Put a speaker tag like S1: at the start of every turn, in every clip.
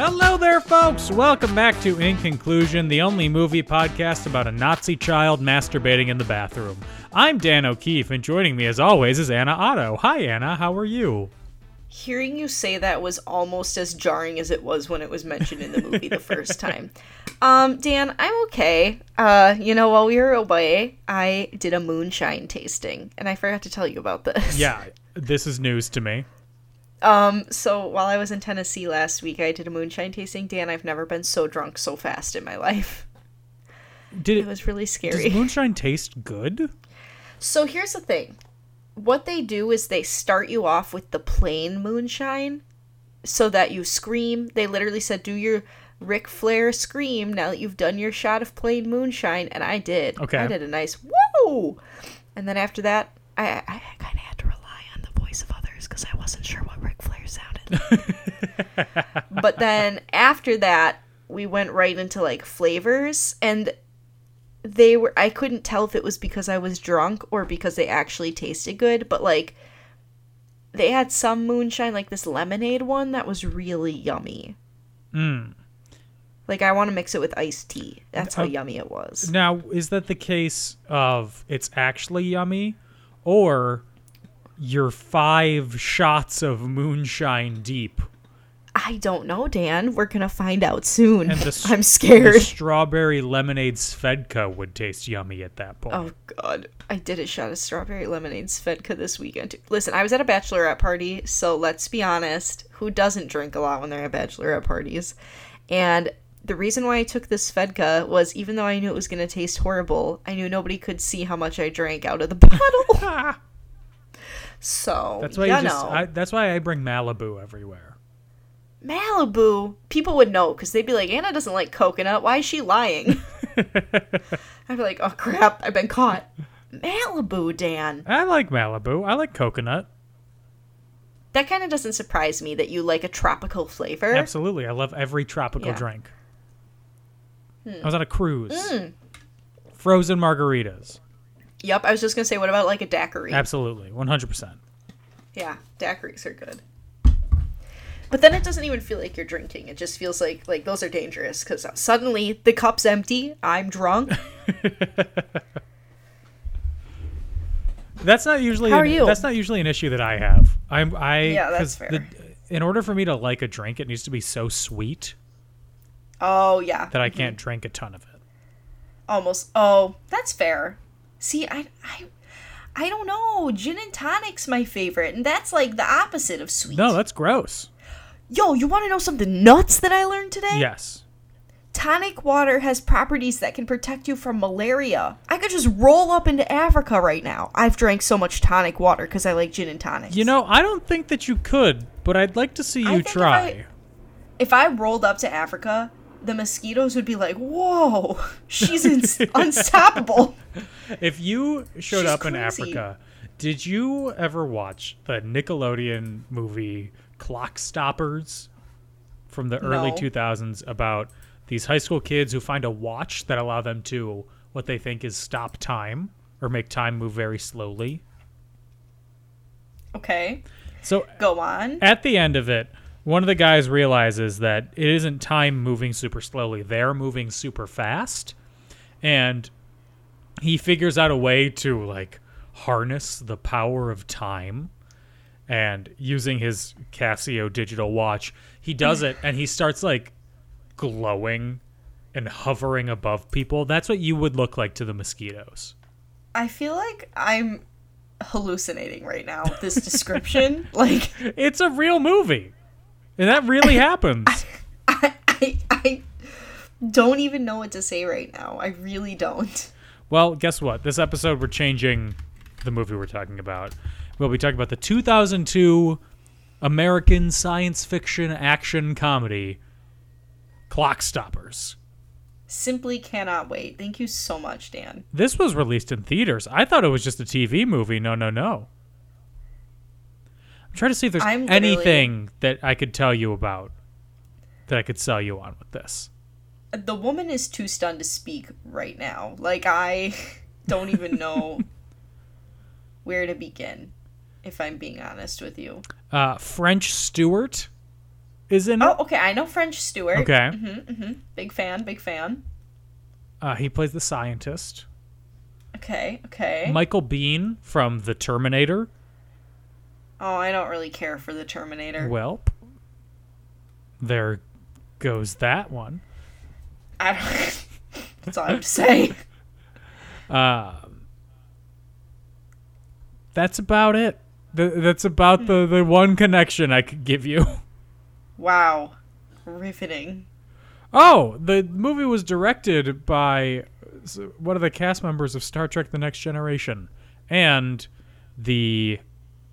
S1: Hello there, folks! Welcome back to In Conclusion, the only movie podcast about a Nazi child masturbating in the bathroom. I'm Dan O'Keefe, and joining me as always is Anna Otto. Hi, Anna, how are you?
S2: Hearing you say that was almost as jarring as it was when it was mentioned in the movie the first time. Um, Dan, I'm okay. Uh, you know, while we were away, I did a moonshine tasting, and I forgot to tell you about this.
S1: Yeah, this is news to me.
S2: So while I was in Tennessee last week, I did a moonshine tasting. Dan, I've never been so drunk so fast in my life.
S1: Did
S2: It was really
S1: does
S2: scary.
S1: moonshine taste good?
S2: So here's the thing. What they do is they start you off with the plain moonshine so that you scream. They literally said, Do your Ric Flair scream now that you've done your shot of plain moonshine. And I did.
S1: Okay.
S2: I did a nice whoa. And then after that, I, I kind of had to rely on the voice of others because I wasn't sure what Ric Flair sounded. but then after that, we went right into like flavors. And they were I couldn't tell if it was because I was drunk or because they actually tasted good, but like they had some moonshine like this lemonade one that was really yummy.
S1: Hmm.
S2: Like I want to mix it with iced tea. That's
S1: Uh,
S2: how yummy it was.
S1: Now, is that the case of it's actually yummy, or you're five shots of moonshine deep?
S2: I don't know, Dan. We're going to find out soon.
S1: And the s-
S2: I'm
S1: the
S2: scared.
S1: strawberry lemonade Svedka would taste yummy at that point.
S2: Oh god. I did a shot of strawberry lemonade Svedka this weekend. too. Listen, I was at a bachelorette party, so let's be honest, who doesn't drink a lot when they're at bachelorette parties? And the reason why I took this Svedka was even though I knew it was going to taste horrible, I knew nobody could see how much I drank out of the bottle.
S1: Ah,
S2: so,
S1: that's why
S2: you,
S1: you just.
S2: know,
S1: I, that's why I bring Malibu everywhere.
S2: Malibu, people would know because they'd be like, Anna doesn't like coconut. Why is she lying? I'd be like, oh crap, I've been caught. Malibu, Dan.
S1: I like Malibu. I like coconut.
S2: that kind of doesn't surprise me that you like a tropical flavor.
S1: Absolutely, I love every tropical
S2: Yeah. Hmm.
S1: drink. I was on a cruise. Frozen margaritas.
S2: Yep, I was just gonna say, what about like a daiquiri?
S1: Absolutely, one hundred percent.
S2: yeah, daiquiris are good. But then it doesn't even feel like you're drinking. It just feels like like those are dangerous because suddenly the cup's empty. I'm drunk.
S1: That's not usually.
S2: How
S1: an,
S2: are you?
S1: That's not usually an issue that I have. I'm. I.
S2: Yeah, that's
S1: 'cause the-
S2: fair.
S1: in order for me to like a drink, it needs to be so sweet
S2: oh yeah,
S1: that I can't drink a ton of it.
S2: almost. Oh, that's fair. See, I I I don't know. Gin and tonic's my favorite, and that's like the opposite of sweet.
S1: No, that's gross.
S2: Yo, you want to know something nuts that I learned today?
S1: Yes.
S2: Tonic water has properties that can protect you from malaria. I could just roll up into Africa right now. I've drank so much tonic water because I like gin and tonics.
S1: You know, I don't think that you could, but I'd like to see
S2: I
S1: you
S2: think if
S1: try.
S2: I- if I rolled up to Africa, the mosquitoes would be like, "Whoa, she's ins unstoppable."
S1: If you showed
S2: She's
S1: up in
S2: crazy.
S1: Africa, did you ever watch the Nickelodeon movie Clock Stoppers from the early
S2: No.
S1: 2000s about these high school kids who find a watch that allow them to what they think is stop time or make time move very slowly?
S2: Okay,
S1: So
S2: go on.
S1: at the end of it, one of the guys realizes that it isn't time moving super slowly, they're moving super fast. And he figures out a way to like harness the power of time. And using his Casio digital watch, he does it and he starts like glowing and hovering above people. That's what you would look like to the mosquitoes.
S2: I feel like I'm hallucinating right now. with This description, like,
S1: It's a real movie. And that really happens.
S2: I, I, I don't even know what to say right now. I really don't.
S1: Well, guess what? This episode we're changing the movie we're talking about. We'll be talking about the 2002 American science fiction action comedy Clock Stoppers.
S2: Simply cannot wait. Thank you so much, Dan.
S1: This was released in theaters. I thought it was just a TV movie. No, no, no. I'm trying to see if there's
S2: I'm literally-
S1: anything that I could tell you about that I could sell you on with this.
S2: The woman is too stunned to speak right now. Like, I don't even know where to begin, if I'm being honest with you.
S1: Uh, French Stewart is in it.
S2: Oh, Mm-hmm. okay. I know French Stewart.
S1: Okay.
S2: Big fan, big fan.
S1: Uh, he plays the scientist.
S2: Okay, okay.
S1: Michael Bean from The Terminator.
S2: oh, I don't really care for the Terminator.
S1: Welp. There goes that one.
S2: I don't. That's all I have to say.
S1: That's about it. Th- that's about the, the one connection I could give you.
S2: Wow. Riveting.
S1: Oh, the movie was directed by s- one of the cast members of Star Trek The Next Generation and the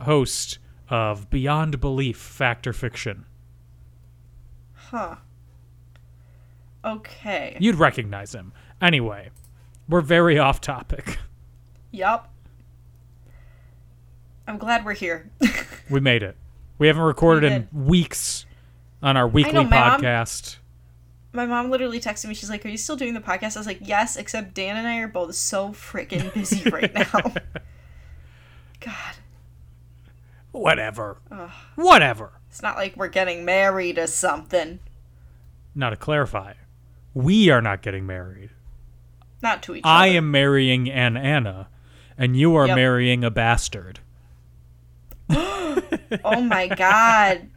S1: host of Beyond Belief Fact or Fiction.
S2: Huh. Okay.
S1: You'd recognize him. Anyway, we're very off topic.
S2: Yup. I'm glad we're here.
S1: We made it. We haven't recorded
S2: We
S1: in weeks on our weekly
S2: know, Mom.
S1: podcast.
S2: My mom literally texted me. She's like, Are you still doing the podcast? I was like, Yes, except Dan and I are both so freaking busy right now. God.
S1: Whatever. Whatever.
S2: It's not like we're getting married or something.
S1: Now to clarify, we are not getting married.
S2: Not to each
S1: I
S2: other.
S1: am marrying an Anna, and you are
S2: Yep.
S1: marrying a bastard.
S2: Oh my god.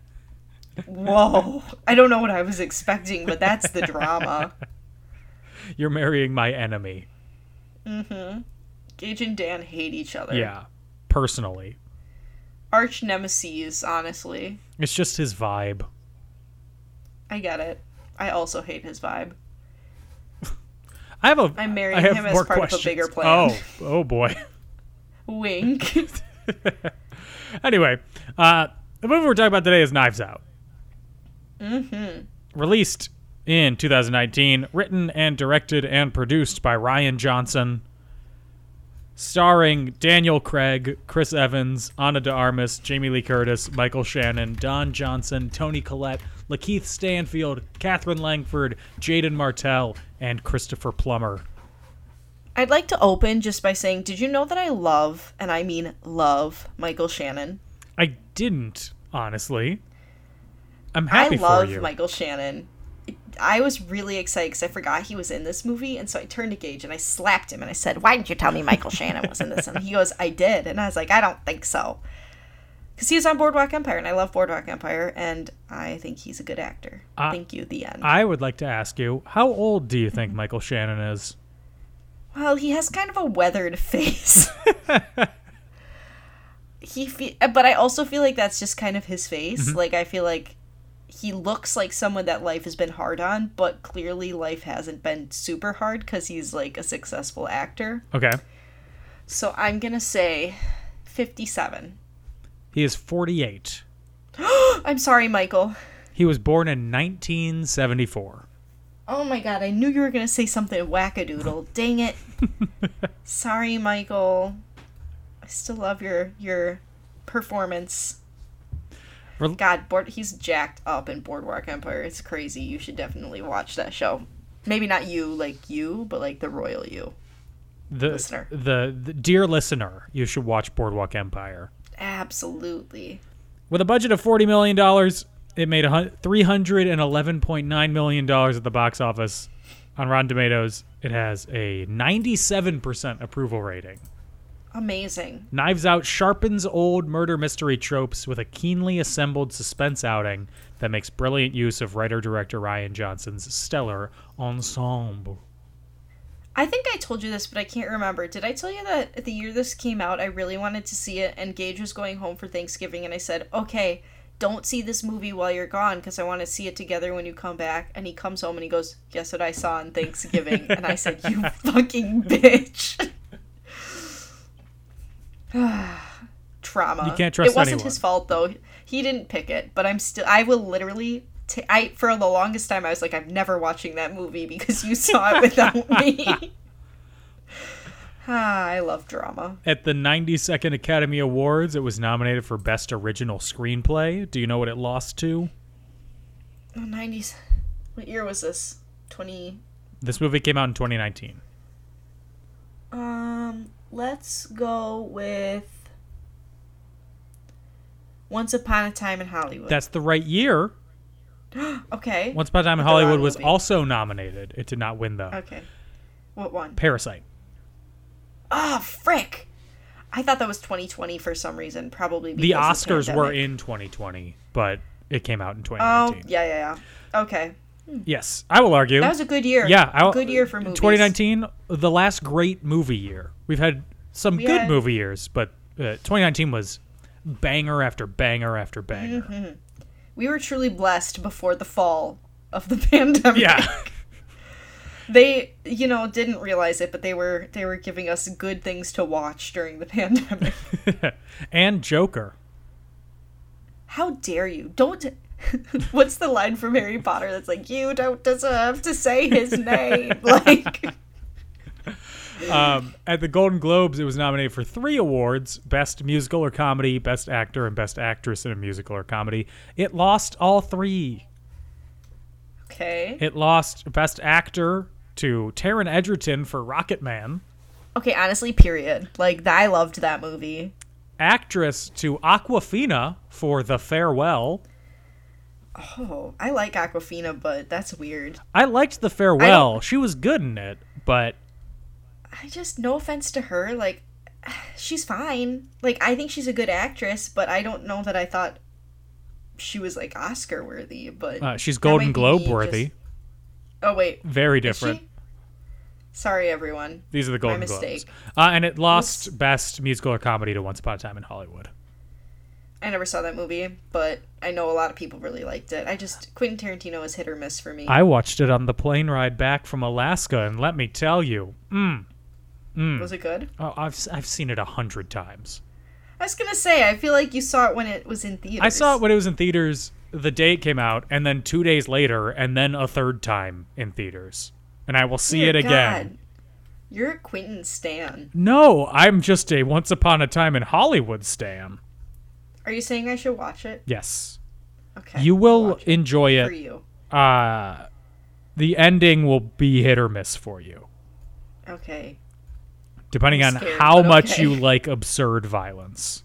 S2: Whoa. I don't know what I was expecting, but that's the drama.
S1: You're marrying my enemy.
S2: Gage and Dan hate each other.
S1: Yeah, personally.
S2: Arch nemesis, honestly.
S1: It's just his vibe.
S2: I get it. I also hate his vibe.
S1: I have a.
S2: I'm marrying
S1: I have
S2: him as
S1: more
S2: part
S1: questions.
S2: of a bigger plan.
S1: Oh, oh boy.
S2: Wink.
S1: anyway, uh, the movie we're talking about today is Knives Out. Mm-hmm. Released in 2019, written and directed and produced by Ryan Johnson, starring Daniel Craig, Chris Evans, Anna de Armas, Jamie Lee Curtis, Michael Shannon, Don Johnson, Tony Collette, Lakeith Stanfield, Catherine Langford, Jaden Martell, and Christopher Plummer.
S2: I'd like to open just by saying, did you know that I love, and I mean love, Michael Shannon?
S1: I didn't, honestly. I'm happy
S2: I love
S1: for you.
S2: Michael Shannon. I was really excited because I forgot he was in this movie, and so I turned to Gage and I slapped him and I said, "Why didn't you tell me Michael Shannon was in this?" And he goes, "I did," and I was like, "I don't think so," because he was on Boardwalk Empire, and I love Boardwalk Empire, and I think he's a good actor. Thank you. The end.
S1: I would like to ask you, how old do you think Michael Shannon is?
S2: well, he has kind of a weathered face. he, fe- but I also feel like that's just kind of his face. Like I feel like he looks like someone that life has been hard on, but clearly life hasn't been super hard because he's like a successful actor.
S1: Okay.
S2: So I'm gonna say fifty-seven.
S1: He is 48.
S2: I'm sorry, Michael.
S1: He was born in 1974.
S2: Oh my god, I knew you were gonna say something wackadoodle. Dang it. Sorry, Michael. I still love your your performance.
S1: Rel-
S2: God, board he's jacked up in Boardwalk Empire. It's crazy. You should definitely watch that show. Maybe not you, like you, but like the royal you.
S1: The,
S2: Listener.
S1: The, the dear listener, you should watch Boardwalk Empire.
S2: Absolutely.
S1: With a budget of 40 million dollars, it made a hun- 311.9 million dollars at the box office. On Rotten Tomatoes, it has a 97% approval rating.
S2: Amazing.
S1: Knives Out sharpens old murder mystery tropes with a keenly assembled suspense outing that makes brilliant use of writer director Ryan Johnson's stellar ensemble.
S2: I think I told you this, but I can't remember. Did I tell you that the year this came out, I really wanted to see it, and Gage was going home for Thanksgiving, and I said, okay, don't see this movie while you're gone, because I want to see it together when you come back. And he comes home and he goes, guess what I saw on Thanksgiving? and I said, you fucking bitch. Trauma.
S1: You can't trust
S2: It wasn't
S1: anyone.
S2: his fault, though. He didn't pick it, but I'm still, I will literally t- I for the longest time I was like I'm never watching that movie because you saw it without me. ah, I love drama.
S1: At the 92nd Academy Awards, it was nominated for Best Original Screenplay. Do you know what it lost to?
S2: The 90s. Oh, What year was this? 20
S1: This movie came out in 2019.
S2: Um, let's go with Once Upon a Time in Hollywood.
S1: That's the right year.
S2: okay.
S1: Once Upon a Time in
S2: But the wrong
S1: Hollywood was
S2: movie.
S1: also nominated. It did not win, though.
S2: Okay. What one?
S1: Parasite.
S2: Oh, frick. I thought that was 2020 for some reason, probably because
S1: The
S2: of
S1: Oscars were
S2: pandemic.
S1: in 2020, but it came out in
S2: Oh,
S1: 2019.
S2: yeah, yeah, yeah. Okay.
S1: Yes, I will argue.
S2: That was a good year.
S1: yeah, I,
S2: good year for movies.
S1: 2019, the last great movie year. We've had some
S2: We
S1: good
S2: had-
S1: movie years, but uh, 2019 was banger after banger after banger.
S2: We were truly blessed before the fall of the pandemic.
S1: Yeah,
S2: They, you know, didn't realize it, but they were they were giving us good things to watch during the pandemic.
S1: and Joker.
S2: How dare you? Don't What's the line from Harry Potter that's like, "You don't deserve to say his name." like
S1: Um, at the Golden Globes, it was nominated for three awards: Best Musical or Comedy, Best Actor, and Best Actress in a Musical or Comedy. It lost all three.
S2: Okay.
S1: It lost Best Actor to Taron Edgerton for Rocket Man,
S2: Okay, honestly, period. Like th- I loved that movie.
S1: Actress to Aquafina for The Farewell.
S2: Oh, I like Aquafina, but that's weird.
S1: I liked The Farewell. She was good in it, but
S2: I just no offense to her, like she's fine. Like I think she's a good actress, but I don't know that I thought she was like Oscar worthy, but
S1: uh, she's
S2: that might
S1: Golden
S2: be
S1: Globe
S2: me just-
S1: worthy.
S2: Oh wait.
S1: Very
S2: is she?
S1: different.
S2: Sorry everyone.
S1: These are the
S2: My
S1: Golden Globes.
S2: mistake.
S1: Uh, and it lost Best Musical or Comedy to Once Upon a Time in Hollywood.
S2: I never saw that movie, but I know a lot of people really liked it. I just Quentin Tarantino is hit or miss for me.
S1: I watched it on the plane ride back from Alaska, and let me tell you, mm,
S2: Was it good?
S1: oh, I've s- I've seen it a hundred times.
S2: I was gonna say I feel like you saw it when it was in theaters.
S1: I saw it when it was in theaters the day it came out, and then two days later, and then a third time in theaters. And I will see
S2: Dear
S1: it again.
S2: God. You're a Quentin Stan.
S1: No, I'm just a Once Upon a Time in Hollywood stan.
S2: Are you saying I should watch it?
S1: Yes.
S2: Okay.
S1: you will
S2: watch it
S1: enjoy
S2: for
S1: it.
S2: you.
S1: Uh, the ending will be hit or miss for you,
S2: Okay.
S1: depending
S2: I'm
S1: on
S2: scared,
S1: how
S2: but
S1: much
S2: okay.
S1: you like absurd violence.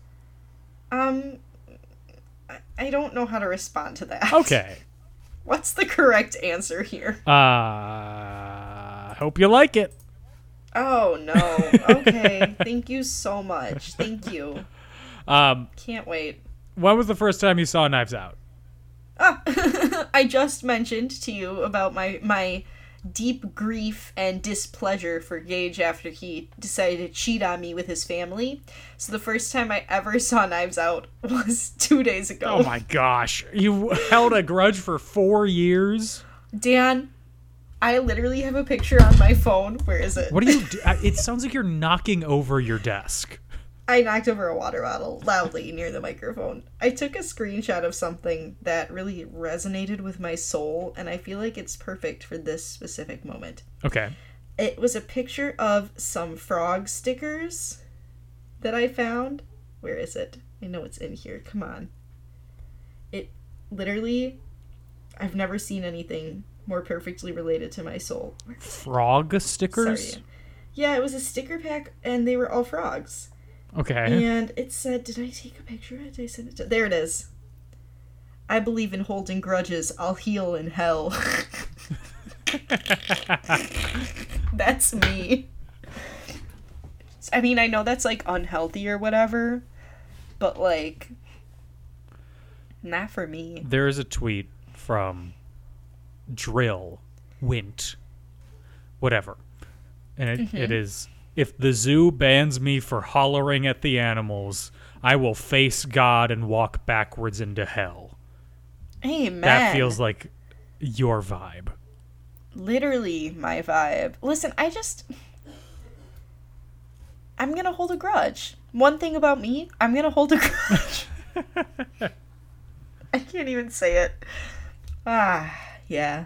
S2: Um I- I don't know how to respond to that.
S1: Okay.
S2: What's the correct answer here?
S1: Uh, hope you like it.
S2: Oh no. Okay. Thank you so much. Thank you.
S1: Um,
S2: Can't wait.
S1: when was the first time you saw Knives Out?
S2: I just mentioned to you about my my deep grief and displeasure for Gage after he decided to cheat on me with his family. So the first time I ever saw Knives Out was 2 days ago.
S1: Oh my gosh. You held a grudge for four years?
S2: Dan, I literally have a picture on my phone. Where is it?
S1: What do you do? I- It sounds like you're knocking over your desk.
S2: I knocked over a water bottle loudly near the microphone. I took a screenshot of something that really resonated with my soul, and I feel like it's perfect for this specific moment.
S1: Okay.
S2: It was a picture of some frog stickers that I found. Where is it? I know it's in here. Come on. It literally, I've never seen anything more perfectly related to my soul. Where
S1: Frog stickers?
S2: Sorry. Yeah, it was a sticker pack, and they were all frogs.
S1: Okay.
S2: And it said, "Did I take a picture? of it? Did I send it to?" There it is. I believe in holding grudges. I'll heal in hell. that's me. I mean, I know that's like unhealthy or whatever, but like, not for me.
S1: there is a tweet from drill wint whatever and it, it is if the zoo bans me for hollering at the animals i will face god and walk backwards into hell
S2: Amen.
S1: that feels like your vibe
S2: literally my vibe. Listen, I just I'm gonna hold a grudge. One thing about me, I'm gonna hold a grudge. I can't even say it. Ah, yeah.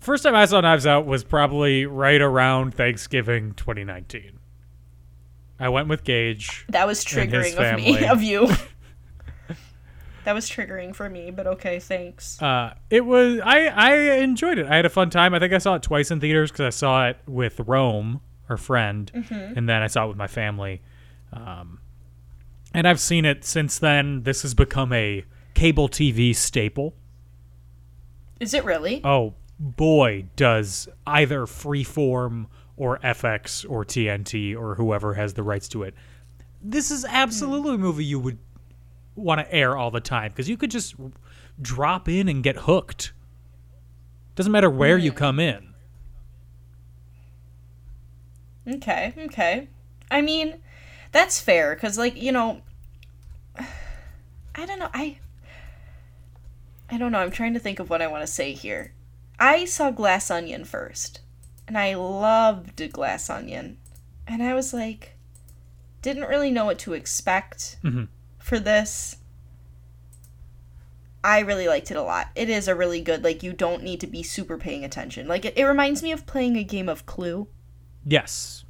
S1: First time I saw Knives Out was probably right around Thanksgiving 2019. I went with Gage.
S2: That was
S1: And his
S2: triggering of me,
S1: family.
S2: of you. that was triggering for me, but okay, thanks.
S1: Uh, it was I I enjoyed it. I had a fun time. I think I saw it twice in theaters because I saw it with Rome, her friend, and then I saw it with my family. Um, and I've seen it since then. This has become a cable TV staple.
S2: Is it really?
S1: Oh boy, does either Freeform or FX or TNT or whoever has the rights to it. This is absolutely a movie you would want to air all the time because you could just r- drop in and get hooked. Doesn't matter where you come in.
S2: Okay, okay. I mean, that's fair because, like, you know, I don't know. I I don't know. I'm trying to think of what I want to say here. I saw Glass Onion first, and I loved Glass Onion, and I was like, didn't really know what to expect for this. I really liked it a lot. It is a really good like you don't need to be super paying attention. Like it, it reminds me of playing a game of Clue.
S1: Yes.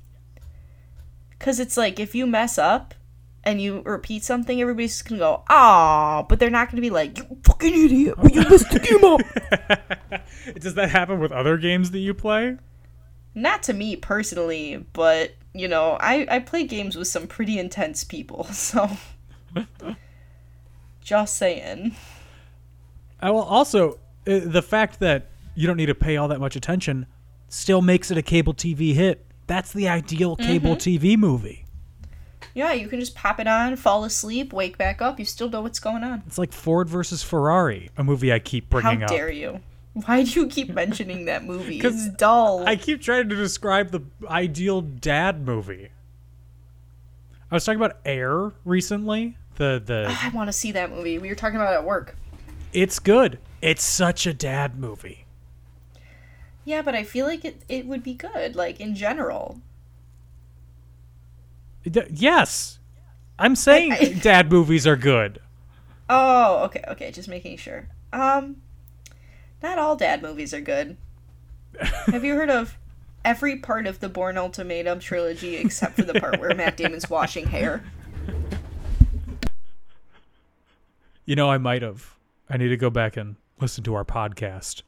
S2: Because it's like if you mess up and you repeat something, everybody's just going to go, "Aw," but they're not going to be like, you fucking idiot, well, you messed the game up.
S1: Does that happen with other games that you play?
S2: Not to me personally, but, you know, I, I play games with some pretty intense people, so. just saying.
S1: I will also uh, the fact that you don't need to pay all that much attention still makes it a cable TV hit. That's the ideal cable TV movie.
S2: Yeah, you can just pop it on, fall asleep, wake back up, you still know what's going on.
S1: It's like Ford versus Ferrari, a movie I keep bringing
S2: How
S1: up.
S2: dare you? Why do you keep mentioning that movie?
S1: 'Cause
S2: It's dull.
S1: I keep trying to describe the ideal dad movie. I was talking about Air recently. The the
S2: I want to see that movie. We were talking about it at work.
S1: it's good. It's such a dad movie.
S2: Yeah, but I feel like it, it would be good, like in general.
S1: D- yes, I'm saying
S2: I-
S1: dad movies are good.
S2: Oh, okay, okay, just making sure. Um not all dad movies are good. Have you heard of every part of the Born Ultimatum trilogy except for the part where Matt Damon's washing hair?
S1: You know, I might have. I need to go back and listen to our podcast.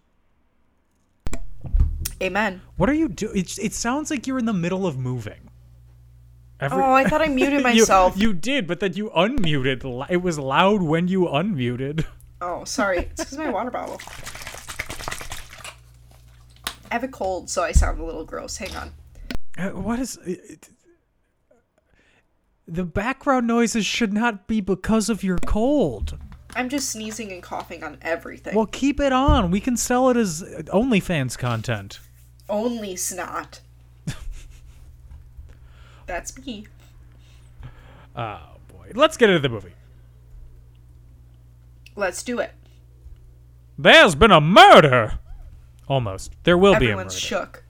S2: Amen.
S1: What are you doing? It, it sounds like you're in the middle of moving. Every-
S2: Oh, I thought I muted
S1: You-
S2: myself.
S1: You, did, but then you unmuted. Li- It was loud when you unmuted.
S2: Oh, sorry. It's because my water bottle. I have a cold, so I sound a little gross. Hang on.
S1: Uh, What is it- it- the background noises should not be because of your cold.
S2: I'm just sneezing and coughing on everything.
S1: Well, keep it on. We can sell it as OnlyFans content.
S2: Only snot. That's me.
S1: Oh boy, let's get into the movie.
S2: Let's do it.
S1: There's been a murder. Almost. There will be a murder.
S2: Everyone's shook.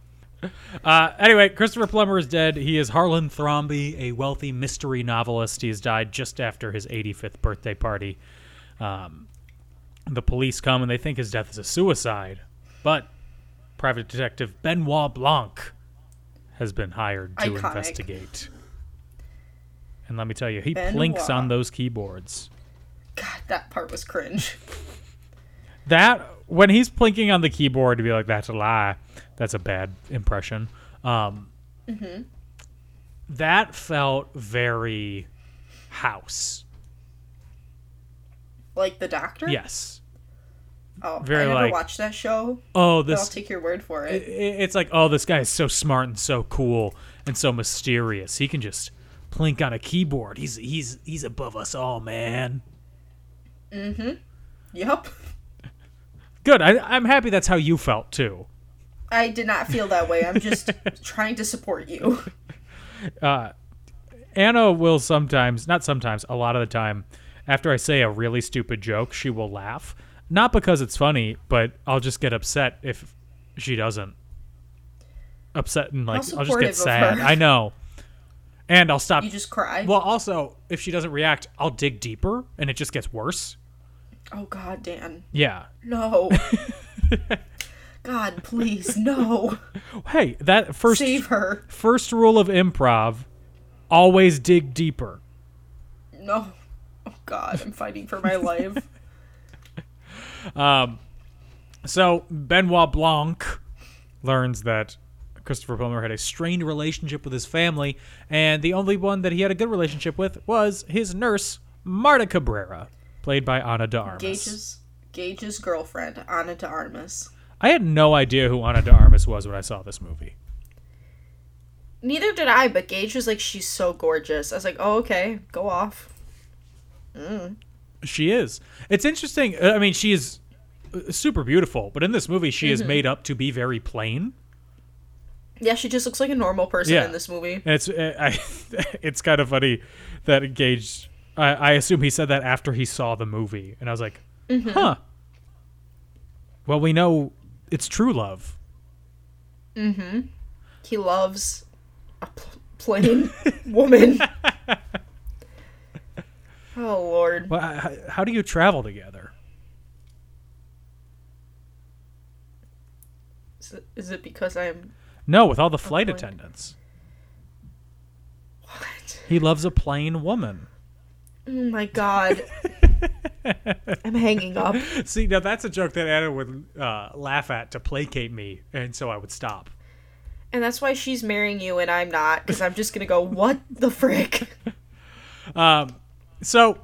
S1: Uh, anyway, Christopher Plummer is dead. He is Harlan Thrombey, a wealthy mystery novelist. He has died just after his 85th birthday party. Um, the police come and they think his death is a suicide, but private detective Benoit Blanc has been hired to
S2: Iconic.
S1: investigate. And let me tell you, he
S2: Benoit.
S1: plinks on those keyboards.
S2: God, that part was cringe.
S1: That when he's plinking on the keyboard to be like that's a lie, that's a bad impression. Um, That felt very house.
S2: Like the doctor?
S1: Yes.
S2: Oh,
S1: very
S2: I never
S1: like-
S2: watched that show,
S1: Oh,
S2: but I'll
S1: this.
S2: take your word for
S1: i-
S2: it.
S1: It's like oh, this guy is so smart and so cool and so mysterious. He can just plink on a keyboard. He's he's he's above us all, man.
S2: Yup.
S1: Good. I, I'm happy that's how you felt too.
S2: I did not feel that way. I'm just trying to support you.
S1: Anna will sometimes, not sometimes, a lot of the time, after I say a really stupid joke, she will laugh. Not because it's funny, but I'll just get upset if she doesn't. Upset and like I'll just
S2: supportive
S1: get
S2: of
S1: sad.
S2: her.
S1: I know. And I'll stop.
S2: You just cry.
S1: well, also, if she doesn't react, I'll dig deeper and it just gets worse.
S2: Oh God, Dan,
S1: Yeah.
S2: no. God, please, no.
S1: Hey, that first
S2: Save her.
S1: first rule of improv always dig deeper.
S2: No. Oh God, I'm fighting for my life.
S1: So Benoit Blanc learns that Christopher Plummer had a strained relationship with his family, and the only one that he had a good relationship with was his nurse, Marta Cabrera, played by Ana de Armas.
S2: Gage's Gage's girlfriend, Anna de Armas.
S1: I had no idea who Ana de Armas was when I saw this movie.
S2: Neither did I, but Gage was like, she's so gorgeous. I was like, oh okay, go off.
S1: She is. It's interesting. I mean, she is uh, super beautiful, but in this movie, she is made up to be very plain.
S2: Yeah, she just looks like a normal person
S1: Yeah.
S2: in this movie.
S1: And it's uh, I, it's kind of funny that Gage. I, I assume he said that after he saw the movie, and I was like, huh. Well, we know it's true love.
S2: He loves a pl- plain woman. Oh Lord.
S1: Well, I- I- how do you travel together?
S2: Is it, is it because I'm
S1: No, with all the flight
S2: Avoid-
S1: attendants.
S2: what?
S1: He loves a plain woman.
S2: Oh my God. I'm hanging up.
S1: See, now that's a joke that Anna would uh, laugh at to placate me, and so I would stop.
S2: And that's why she's marrying you and I'm not, because I'm just gonna go, what the frick?
S1: So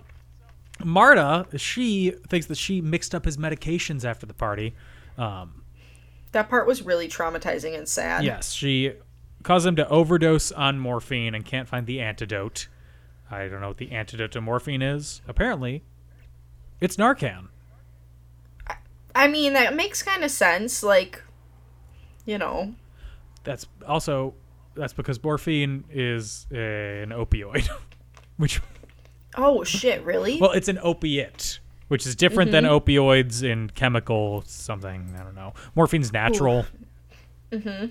S1: Marta, she thinks that she mixed up his medications after the party.
S2: That part was really traumatizing and sad.
S1: Yes, she caused him to overdose on morphine and can't find the antidote. I don't know what the antidote to morphine is. Apparently, it's Narcan.
S2: I mean, that makes kind of sense. Like, you know,
S1: That's also that's because morphine is uh, an opioid, which
S2: oh shit, really?
S1: well, it's an opiate, which is different than opioids in chemical something. I don't know. Morphine's natural. Mm-hmm.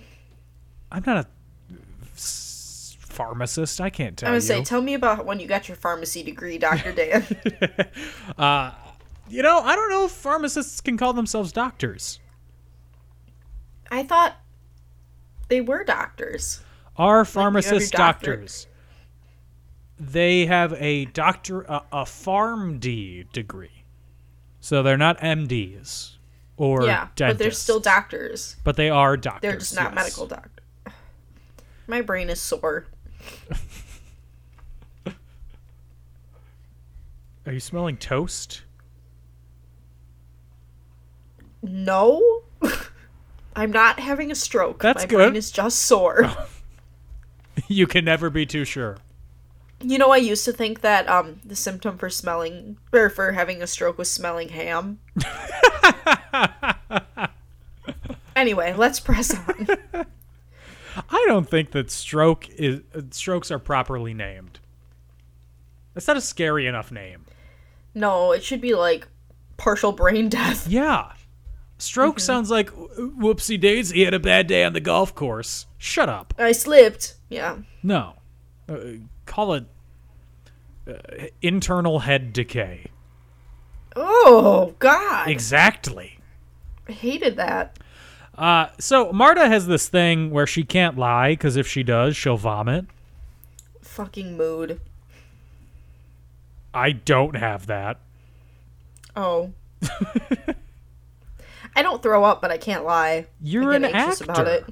S1: I'm not a s- pharmacist. I can't tell
S2: I'm gonna
S1: you.
S2: say, tell me about when you got your pharmacy degree, Doctor Dan.
S1: you know, I don't know if pharmacists can call themselves doctors.
S2: I thought they were doctors.
S1: are pharmacists
S2: doctorate.
S1: doctors. They have a doctor a, a PharmD degree, so they're not MDs or
S2: yeah, but they're
S1: dentists,
S2: still doctors.
S1: but they are doctors.
S2: They're just not
S1: yes.
S2: medical doctors. My brain is sore.
S1: Are you smelling toast?
S2: No, I'm not having a stroke.
S1: That's
S2: My
S1: good.
S2: brain is just sore.
S1: you can never be too sure.
S2: you know, I used to think that um the symptom for smelling or for having a stroke was smelling ham. anyway, let's press on.
S1: I don't think that stroke is uh, strokes are properly named. That's not a scary enough name.
S2: No, it should be like partial brain death.
S1: Yeah. Stroke sounds like whoopsie daisy, he had a bad day on the golf course. Shut up.
S2: I slipped. Yeah.
S1: No. Uh, call it uh, internal head decay.
S2: Oh God,
S1: Exactly.
S2: I hated that.
S1: Uh, so Marta has this thing where she can't lie because if she does, she'll vomit.
S2: Fucking mood.
S1: I don't have that.
S2: Oh. I don't throw up, but I can't lie.
S1: You're
S2: I
S1: an
S2: get
S1: actor.
S2: anxious about it.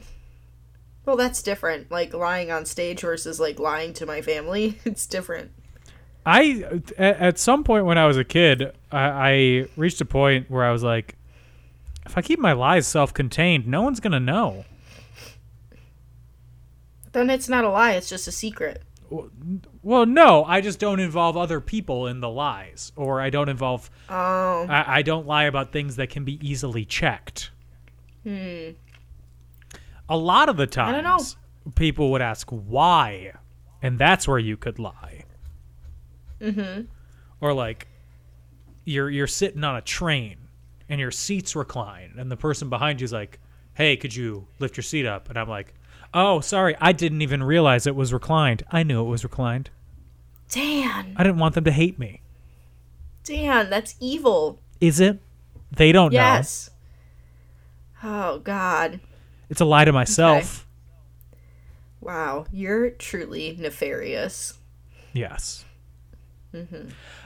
S2: Well, that's different. Like lying on stage versus like lying to my family. It's different.
S1: I at, at some point when I was a kid, I, I reached a point where I was like, if I keep my lies self-contained, no one's gonna know.
S2: Then it's not a lie, it's just a secret.
S1: Well, no, I just don't involve other people in the lies, or I don't involve.
S2: Oh.
S1: I, I don't lie about things that can be easily checked. Hmm. A lot of the times,
S2: don't know.
S1: people would ask why, and that's where you could lie. Mm-hmm. Or like, you're you're sitting on a train, and your seats recline, and the person behind you's like, "Hey, could you lift your seat up?" And I'm like. Oh, sorry. I didn't even realize it was reclined. I knew it was reclined.
S2: Dan,
S1: I didn't want them to hate me.
S2: Dan, that's evil.
S1: Is it? They don't know.
S2: Yes. Oh God.
S1: It's a lie to myself.
S2: Wow. You're truly nefarious.
S1: Yes.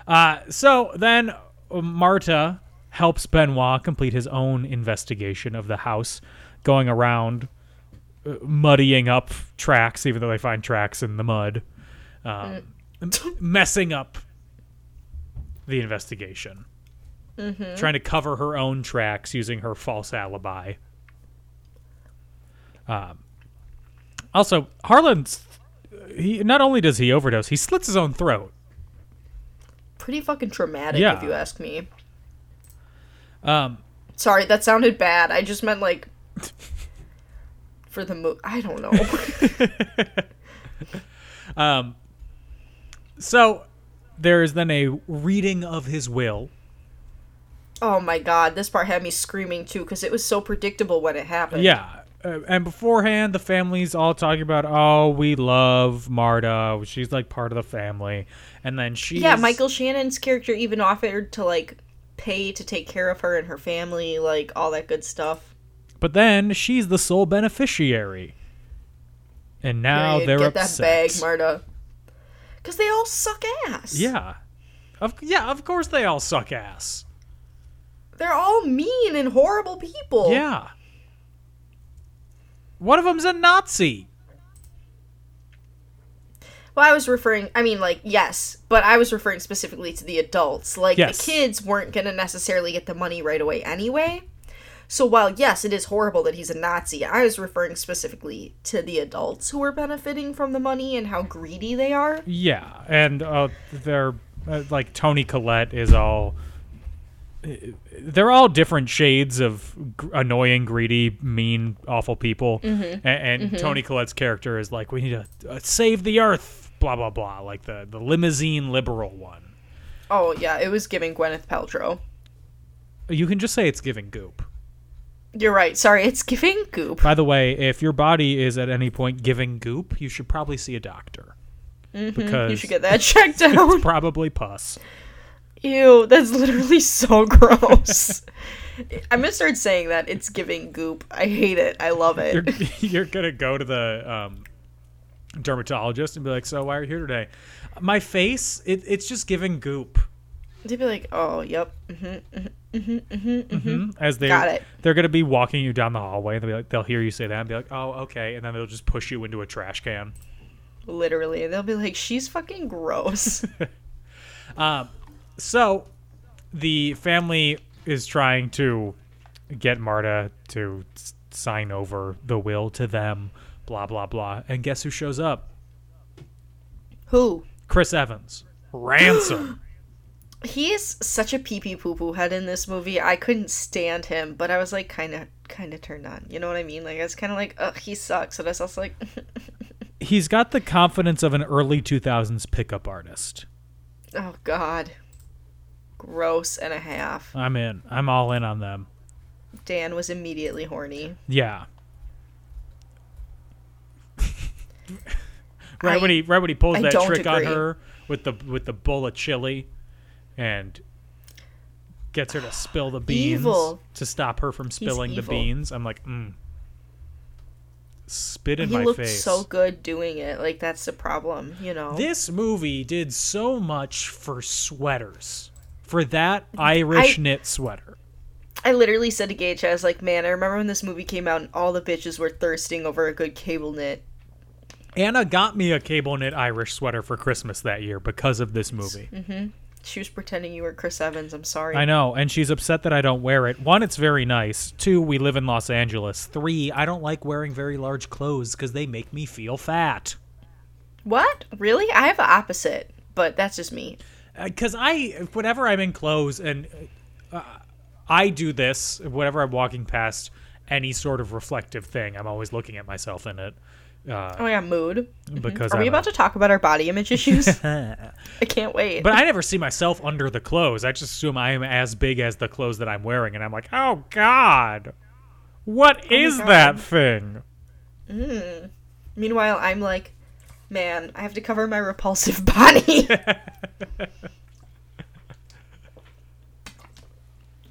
S1: Uh, so then Marta helps Benoit complete his own investigation of the house, going around uh, muddying up tracks, even though they find tracks in the mud, um, m- messing up the investigation. Trying to cover her own tracks using her false alibi. Um, also, Harlan's he not only does he overdose, he slits his own throat.
S2: Pretty fucking traumatic,
S1: Yeah. Um,
S2: if you ask me. Um. Sorry, that sounded bad. I just meant like for the mo. I don't know.
S1: So there is then a reading of his will.
S2: oh my God, this part had me screaming too because it was so predictable when it happened.
S1: Yeah. Uh, and beforehand, the family's all talking about, oh, we love Marta. She's like part of the family. And then she.
S2: Yeah, Michael Shannon's character even offered to like pay to take care of her and her family, like all that good stuff.
S1: But then she's the sole beneficiary. And now
S2: Period.
S1: they're
S2: Get
S1: upset.
S2: that bag, Marta. Because they all suck ass.
S1: yeah. Of, yeah, of course they all suck ass.
S2: They're all mean and horrible people.
S1: Yeah. One of them's a Nazi.
S2: Well, I was referring, I mean, like, yes, but I was referring specifically to the adults. Like,
S1: Yes.
S2: the kids weren't going to necessarily get the money right away anyway. So while, yes, it is horrible that he's a Nazi, I was referring specifically to the adults who are benefiting from the money and how greedy they are.
S1: Yeah, and uh, they're uh, like Tony Collette is all. uh, They're all different shades of gr- annoying, greedy, mean, awful people,
S2: Mm-hmm.
S1: and, and Tony Collette's character is like, "We need to uh, save the earth," blah blah blah, like the the limousine liberal one.
S2: Oh, yeah, it was giving Gwyneth Paltrow.
S1: You can just say it's giving goop.
S2: You're right. Sorry, it's giving goop.
S1: By the way, if your body is at any point giving goop, you should probably see a doctor because
S2: Mm-hmm. You should get that checked out.
S1: probably pus.
S2: Ew, that's literally so gross. I'm gonna start saying that. It's giving goop. I hate it. I love it.
S1: you're, you're gonna go to the um, dermatologist and be like, "So why are you here today?" My face, it, it's just giving goop.
S2: They'd be like, oh, yep.
S1: As they
S2: Got it.
S1: they're gonna be walking you down the hallway, they'll be like, they'll hear you say that and be like, "Oh, okay," and then they'll just push you into a trash can.
S2: Literally. They'll be like, she's fucking gross.
S1: So the family is trying to get Marta to s- sign over the will to them. Blah blah blah. And guess who shows up?
S2: Who?
S1: Chris Evans. Ransom.
S2: He is such a pee pee poo poo head in this movie. I couldn't stand him, but I was like, kind of, kind of turned on. You know what I mean? Like, I was kind of like, ugh, he sucks. And I was also like,
S1: He's got the confidence of an early 2000s pickup artist.
S2: oh, God. Gross and a half.
S1: I'm in. I'm all in on them.
S2: Dan was immediately horny.
S1: Yeah. right
S2: I-
S1: when he right when he pulls
S2: I
S1: that
S2: don't
S1: trick on
S2: agree.
S1: her with the with the bowl of chili and gets her to spill the beans
S2: Evil.
S1: to stop her from spilling the
S2: evil.
S1: beans. I'm like, mm. Spit in
S2: he
S1: my
S2: looked
S1: face.
S2: so good doing it. Like, that's the problem, you know?
S1: this movie did so much for sweaters. For that Irish knit sweater.
S2: I literally said to Gage, I was like, man, I remember when this movie came out and all the bitches were thirsting over a good cable knit.
S1: Anna got me a cable knit Irish sweater for Christmas that year because of this movie.
S2: Mm-hmm. She was pretending you were Chris Evans. I'm sorry.
S1: I know, and she's upset that I don't wear it. One, it's very nice. Two, we live in Los Angeles. Three, I don't like wearing very large clothes because they make me feel fat.
S2: What? Really? I have the opposite, but that's just me.
S1: Because Uh, I, whenever I'm in clothes, and uh, I do this, whenever I'm walking past any sort of reflective thing, I'm always looking at myself in it.
S2: Oh yeah, mood.
S1: Because
S2: Are we
S1: I'm
S2: about
S1: a-
S2: to talk about our body image issues? I can't wait.
S1: But I never see myself under the clothes. I just assume I am as big as the clothes that I'm wearing, and I'm like, oh god, what is
S2: God.
S1: that thing?
S2: Meanwhile, I'm like, man, I have to cover my repulsive body.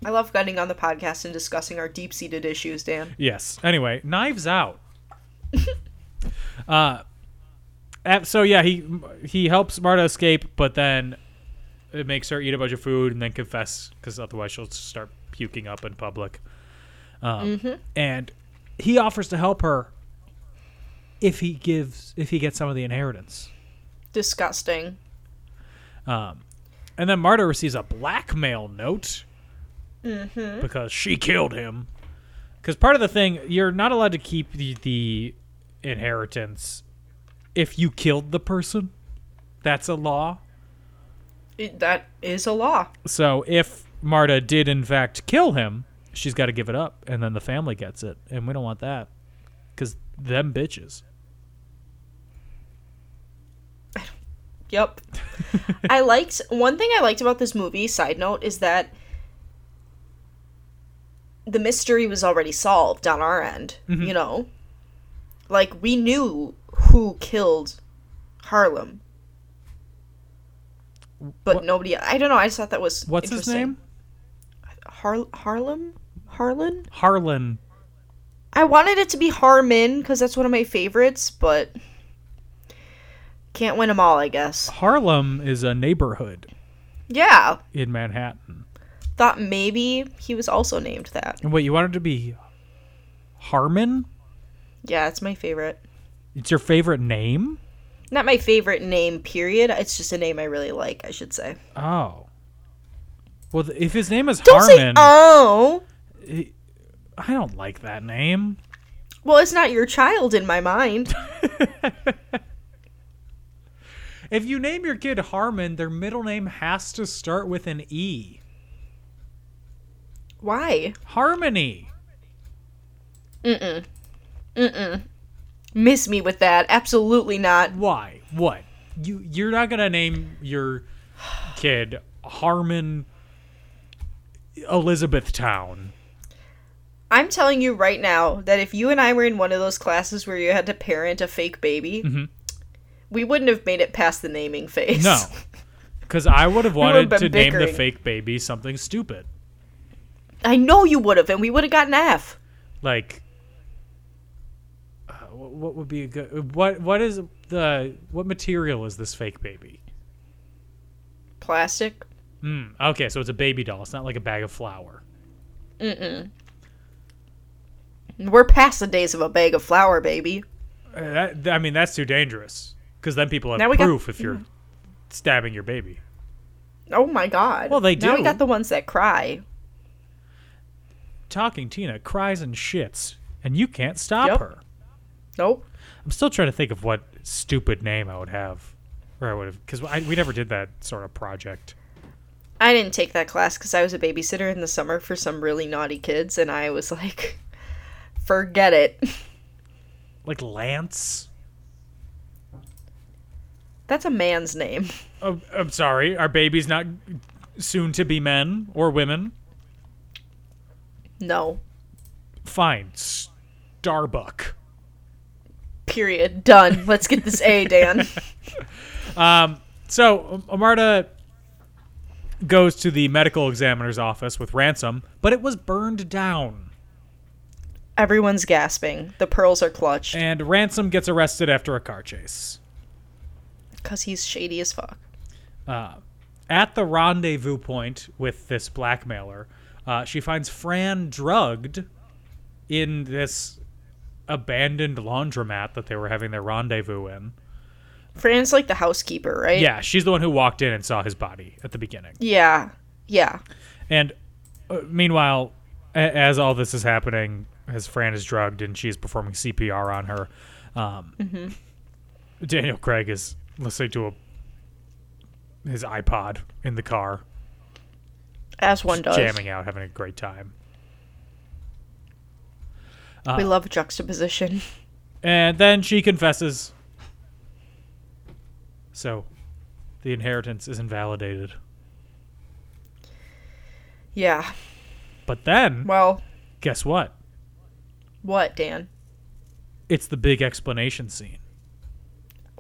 S2: I love getting on the podcast and discussing our deep seated issues, Dan.
S1: Yes. Anyway, Knives Out. uh, ap- so yeah, he he helps Marta escape, but then it makes her eat a bunch of food and then confess because otherwise she'll start puking up in public. Um, And he offers to help her if he gives if he gets some of the inheritance.
S2: Disgusting.
S1: And then Marta receives a blackmail note because she killed him. Because part of the thing, you're not allowed to keep the, the inheritance if you killed the person. That's a law.
S2: It, that is a law.
S1: So if Marta did, in fact, kill him, she's got to give it up, and then the family gets it. And we don't want that because them bitches.
S2: Yep. I liked one thing I liked about this movie, side note, is that the mystery was already solved on our end,
S1: Mm-hmm.
S2: you know? Like we knew who killed Harlem. But nobody I don't know, I just thought that was
S1: What's his
S2: interesting.
S1: name?
S2: Har- Harlem? Harlan?
S1: Harlan.
S2: I wanted it to be Harmon because that's one of my favorites, but can't win them all, I guess.
S1: Harlem is a neighborhood
S2: Yeah,
S1: in Manhattan.
S2: thought maybe he was also named that.
S1: And wait, you wanted to be Harmon?
S2: Yeah, it's my favorite.
S1: It's your favorite name?
S2: Not my favorite name, period. It's just a name I really like, I should say.
S1: Oh. Well, th- if his name is
S2: Don't say
S1: Harmon,
S2: oh.
S1: I don't like that name.
S2: Well, it's not your child in my mind.
S1: If you name your kid Harmon, their middle name has to start with an E.
S2: Why?
S1: Harmony.
S2: Miss me with that? Absolutely not.
S1: Why? What? You you're not gonna name your kid Harmon Elizabethtown.
S2: I'm telling you right now that if you and I were in one of those classes where you had to parent a fake baby, we wouldn't have made it past the naming phase.
S1: No. Because I would have wanted
S2: been
S1: to name the
S2: bickering.
S1: fake baby something stupid.
S2: I know you would have, and we would have gotten F.
S1: like uh, wh- what would be a good what what is the what material is this fake baby
S2: Plastic.
S1: mm, okay so it's a baby doll it's not like a bag of flour
S2: We're past the days of a bag of flour, baby.
S1: Uh, that, i mean that's too dangerous because then people have
S2: Now we got-
S1: proof if you're stabbing your baby
S2: Oh my god.
S1: Well, they
S2: Now we
S1: do.
S2: got the ones that cry.
S1: talking tina cries and shits and you can't stop
S2: Yep.
S1: her
S2: Nope.
S1: i'm still trying to think of what stupid name i would have or i would have because we never did that sort of project
S2: I didn't take that class because I was a babysitter in the summer for some really naughty kids, and I was like, forget it.
S1: like lance
S2: That's a man's name.
S1: Oh, I'm sorry. Are babies not soon to be men or women?
S2: No.
S1: Fine. Starbuck.
S2: Period. Done. Let's get this A, Dan.
S1: So um, Amarta goes to the medical examiner's office with ransom, but it was burned down,
S2: Everyone's gasping. The pearls are clutched
S1: and ransom gets arrested after a car chase.
S2: because he's shady as fuck.
S1: At the rendezvous point with this blackmailer, uh, she finds Fran drugged in this abandoned laundromat that they were having their rendezvous in.
S2: Fran's like the housekeeper, right?
S1: Yeah, she's the one who walked in and saw his body at the beginning.
S2: Yeah. Yeah.
S1: And uh, meanwhile, a- as all this is happening, as Fran is drugged and she's performing CPR on her, um,
S2: Mm-hmm.
S1: Daniel Craig is listening to a his iPod in the car,
S2: As one does.
S1: jamming out, having a great time.
S2: We love juxtaposition.
S1: And then she confesses. So, the inheritance is invalidated.
S2: Yeah.
S1: But then,
S2: Well,
S1: guess what?
S2: what, Dan?
S1: It's the big explanation scene.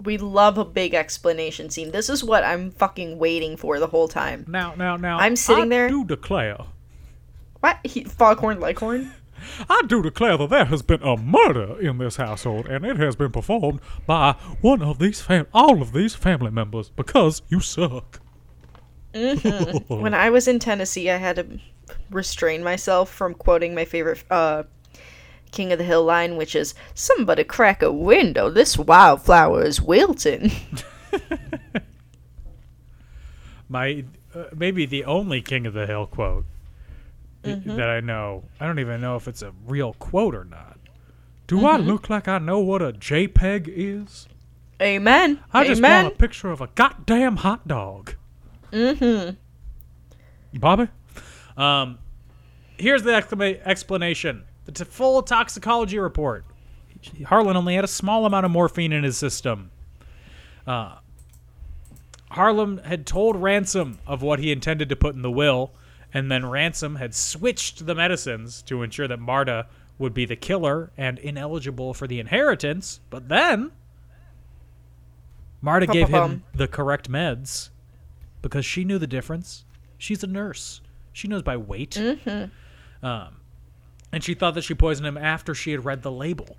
S2: We love a big explanation scene. This is what I'm fucking waiting for the whole time.
S1: Now, now, now.
S2: I'm sitting
S1: I
S2: there-
S1: Do declare.
S2: What? He, Foghorn Leghorn?
S1: I do declare that there has been a murder in this household, and it has been performed by one of these fam- all of these family members because you suck.
S2: Mm-hmm. When I was in Tennessee, I had to restrain myself from quoting my favorite uh, King of the Hill line, which is "Somebody crack a window. This wildflower is wilting."
S1: My uh, maybe the only King of the Hill quote i-
S2: Mm-hmm.
S1: that I know. I don't even know if it's a real quote or not. Do I
S2: Mm-hmm.
S1: look like I know what a JPEG is?
S2: Amen.
S1: I just
S2: Amen.
S1: want a picture of a goddamn hot dog. Mm-hmm. Bobby? Um, here's the exclama- explanation. The t- full toxicology report. Harlan only had a small amount of morphine in his system. Uh, Harlan had told Ransom of what he intended to put in the will, and then Ransom had switched the medicines to ensure that Marta would be the killer and ineligible for the inheritance. But then Marta gave him
S2: Ba-ba-bum.
S1: the correct meds because she knew the difference. She's a nurse. She knows by weight. Mm-hmm. Um, and she thought that she poisoned him after she had read the label.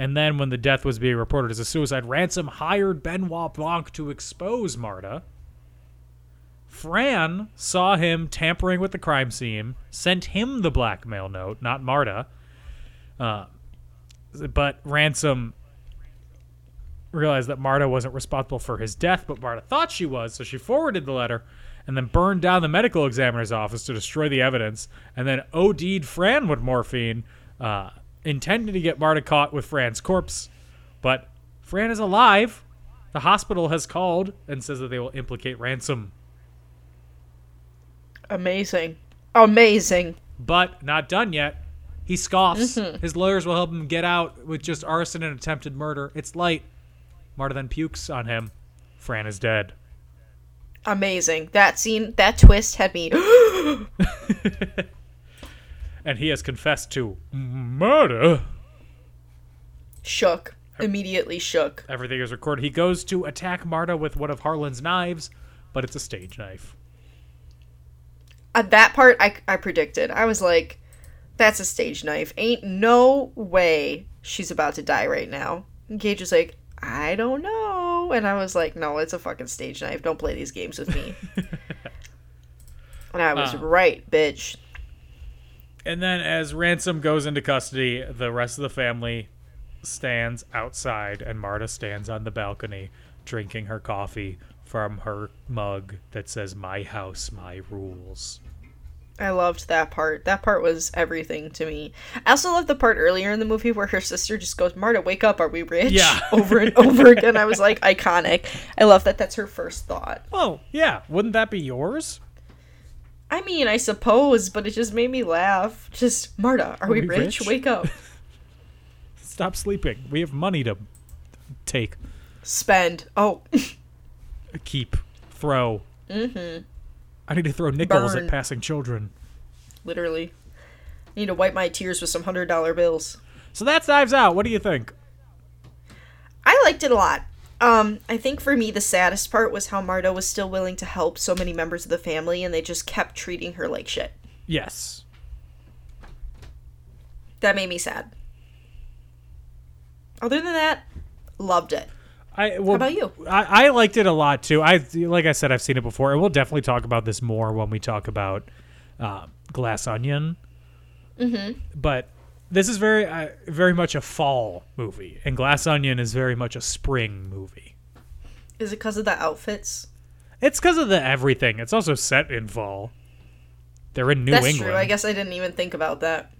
S1: And then, when the death was being reported as a suicide, Ransom hired Benoit Blanc to expose Marta. Fran saw him tampering with the crime scene, sent him the blackmail note, not Marta. Uh, but Ransom realized that Marta wasn't responsible for his death, but Marta thought she was, so she forwarded the letter and then burned down the medical examiner's office to destroy the evidence, and then OD'd Fran with morphine, uh, intending to get Marta caught with Fran's corpse. But Fran is alive. The hospital has called and says that they will implicate ransom,
S2: Amazing. Amazing.
S1: but not done yet. He scoffs. His lawyers will help him get out with just arson and attempted murder. It's light. Marta then pukes on him. Fran is dead.
S2: Amazing. That scene, that twist had me.
S1: and he has confessed to Mm-hmm. murder.
S2: shook. Immediately shook.
S1: Everything is recorded. He goes to attack Marta with one of Harlan's knives, but it's a stage knife.
S2: Uh, that part I, I predicted. I was like, that's a stage knife. Ain't no way she's about to die right now. And Gage was like, I don't know. And I was like, no, it's a fucking stage knife. Don't play these games with me. and I was right, bitch.
S1: And then, as Ransom goes into custody, the rest of the family stands outside, and Marta stands on the balcony drinking her coffee from her mug that says, My house, my rules.
S2: I loved that part. That part was everything to me. I also loved the part earlier in the movie where her sister just goes, Marta, wake up. Are we rich?
S1: Yeah.
S2: over and over again. I was like, iconic. I love that that's her first thought.
S1: Oh, yeah. Wouldn't that be yours?
S2: I mean, I suppose, but it just made me laugh. Just, Marta, are, we,
S1: we
S2: rich?
S1: rich?
S2: Wake up.
S1: Stop sleeping. We have money to take.
S2: Spend. Oh,
S1: keep, throw. Mm-hmm. I need to throw nickels
S2: Burn.
S1: at passing children.
S2: literally. Need to wipe my tears with some $100 bills.
S1: So that's Knives Out. What do you think?
S2: I liked it a lot. Um, I think for me, the saddest part was how Marta was still willing to help so many members of the family, and they just kept treating her like shit.
S1: Yes.
S2: That made me sad. Other than that, loved it.
S1: I, well,
S2: about you?
S1: I, I liked it a lot too. I like I said I've seen it before, and we'll definitely talk about this more when we talk about uh, Glass Onion. Mm-hmm. But this is very uh, very much a fall movie, and Glass Onion is very much a spring movie.
S2: Is it because of the outfits?
S1: It's because of the everything. It's also set in fall. They're in New
S2: That's
S1: England.
S2: true. I guess I didn't even think about that.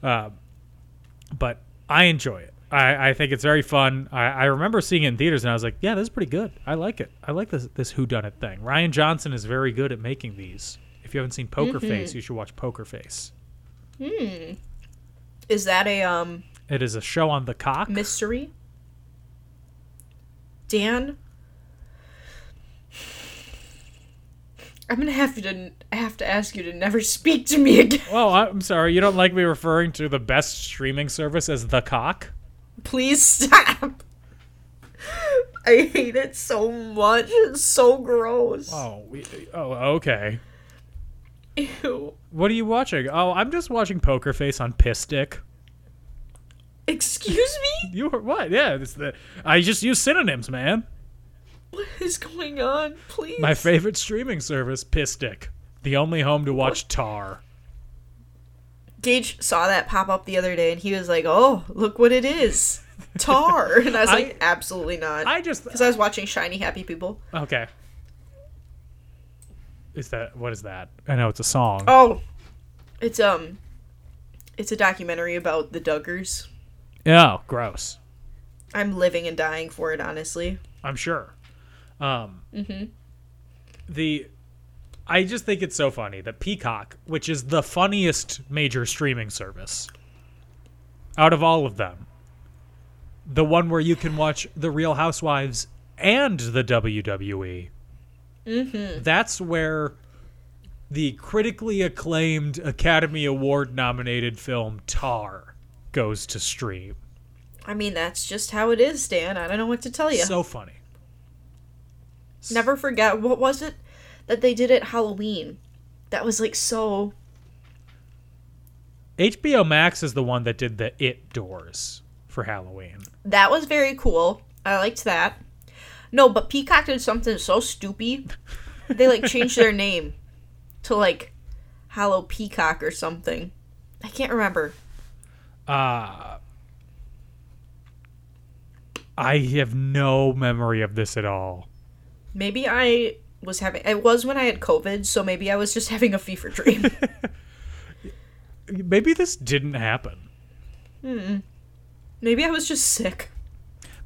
S1: but I enjoy it. I, I think it's very fun. I, I remember seeing it in theaters, and I was like, "Yeah, this is pretty good. I like it. I like this this Who Done It thing." Ryan Johnson is very good at making these. If you haven't seen Poker Face, you should watch Poker Face.
S2: Is that a um
S1: It is a show on the cock.
S2: mystery? Dan, I'm gonna have you to I have to ask you to never speak to me again,
S1: oh, I'm sorry. You don't like me referring to the best streaming service as the cock?
S2: please stop. I hate it so much. It's so gross.
S1: Oh, we, oh, okay.
S2: Ew.
S1: What are you watching? Oh, I'm just watching Poker Face on Piss Dick.
S2: Excuse me?
S1: You were what? Yeah, it's the I just use synonyms, man.
S2: What is going on? Please.
S1: My favorite streaming service, Piss Dick. The only home to watch Tar.
S2: Gage saw that pop up the other day and he was like, oh, look what it is. Tar. And I was
S1: I-
S2: like, absolutely not.
S1: I just
S2: Because I was watching Shiny Happy People.
S1: okay. Is that what is that? I know it's a song.
S2: Oh. It's, um, it's a documentary about the Duggars.
S1: Oh, gross.
S2: I'm living and dying for it, honestly.
S1: I'm sure. Um, The I just think it's so funny that Peacock, which is the funniest major streaming service out of all of them, the one where you can watch The Real Housewives and the WWE. That's where the critically acclaimed Academy Award nominated film Tar goes to stream.
S2: I mean, that's just how it is, Dan. I don't know what to tell you.
S1: So funny.
S2: Never forget, what was it that they did at Halloween? That was like so.
S1: HBO Max is the one that did the It doors for Halloween.
S2: That was very cool. I liked that. No, but Peacock did something so stupid. They like changed their name to like Hallow Peacock or something. I can't remember.
S1: Uh, I have no memory of this at all.
S2: Maybe I was having. It was when I had COVID, so maybe I was just having a fever dream.
S1: Maybe this didn't happen.
S2: maybe I was just sick.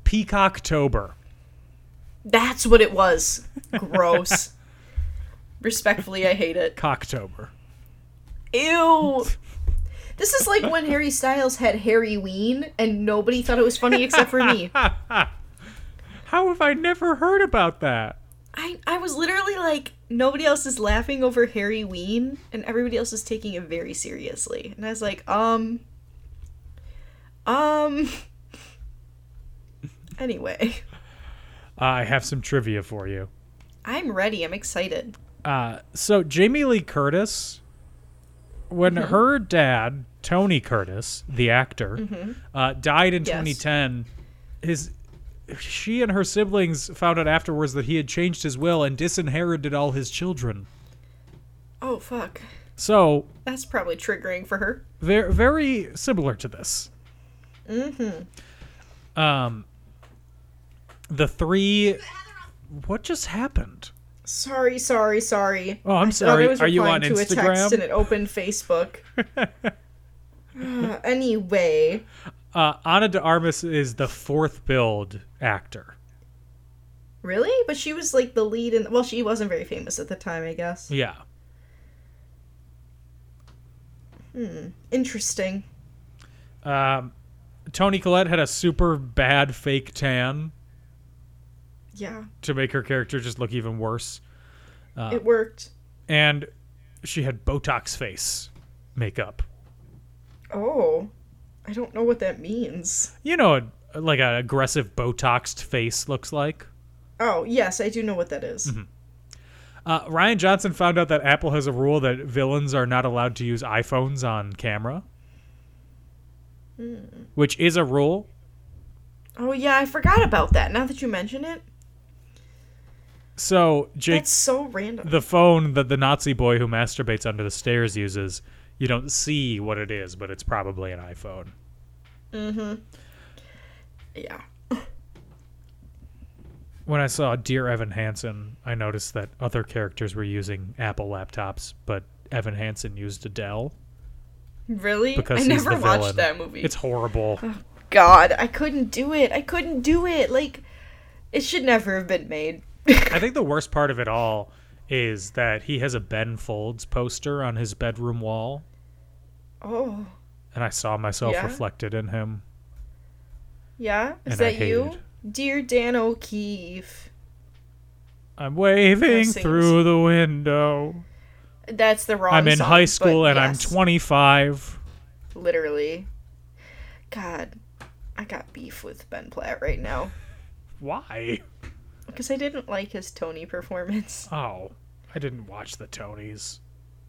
S1: Peacocktober.
S2: That's what it was. Gross. Respectfully, I hate it.
S1: Cocktober.
S2: Ew. This is like when Harry Styles had Harry Ween and nobody thought it was funny except for me.
S1: How have I never heard about that?
S2: I, I was literally like, nobody else is laughing over Harry Ween and everybody else is taking it very seriously. And I was like, um. Um. Anyway,
S1: I have some trivia for you.
S2: I'm ready. I'm excited.
S1: So Jamie Lee Curtis, when
S2: Mm-hmm.
S1: her dad Tony Curtis, the actor, uh, died in
S2: Mm-hmm.
S1: 2010,
S2: Yes.
S1: his she and her siblings found out afterwards that he had changed his will and disinherited all his children.
S2: Oh, fuck.
S1: So
S2: That's probably triggering for her.
S1: very very similar to this. Mm-hmm. Um, the three. What just happened?
S2: Sorry, sorry, sorry.
S1: Oh, I'm
S2: I thought I
S1: sorry.
S2: was
S1: Are you on
S2: replying to a
S1: Instagram?
S2: text and it opened Facebook. Uh, anyway,
S1: Uh, Anna de Armas is the fourth build actor.
S2: really? But she was like the lead in. Well, she wasn't very famous at the time, I guess.
S1: Yeah.
S2: Interesting.
S1: Um, Tony Collette had a super bad fake tan
S2: Yeah,
S1: to make her character just look even worse, Uh.
S2: it worked.
S1: and she had Botox face makeup.
S2: Oh, I don't know what that means.
S1: You know, what, like an aggressive Botoxed face looks like.
S2: Oh, yes, I do know what that is.
S1: Mm-hmm. Uh, Ryan Johnson found out that Apple has a rule that villains are not allowed to use iPhones on camera, which is a rule.
S2: Oh, yeah, I forgot about that. Now that you mention it,
S1: So Jake
S2: that's so random.
S1: the phone that the Nazi boy who masturbates under the stairs uses, you don't see what it is, but it's probably an iPhone.
S2: yeah.
S1: When I saw Dear Evan Hansen, I noticed that other characters were using Apple laptops, but Evan Hansen used a Dell
S2: Really?
S1: because
S2: I
S1: he's
S2: never
S1: the
S2: watched
S1: villain.
S2: that movie.
S1: It's horrible.
S2: God, I couldn't do it. I couldn't do it. Like, it should never have been made.
S1: I think the worst part of it all is that he has a Ben Folds poster on his bedroom wall,
S2: oh,
S1: and I saw myself
S2: Yeah?
S1: reflected in him.
S2: yeah?
S1: And
S2: Is
S1: I
S2: that you?
S1: hated.
S2: Dear Dan O'Keefe.
S1: I'm waving
S2: sings.
S1: through the window.
S2: That's the wrong
S1: I'm in
S2: song,
S1: high
S2: but
S1: school and
S2: yes,
S1: I'm 25.
S2: Literally. God, I got beef with Ben Platt right now.
S1: Why?
S2: Because I didn't like his Tony performance.
S1: Oh, I didn't watch the Tonys.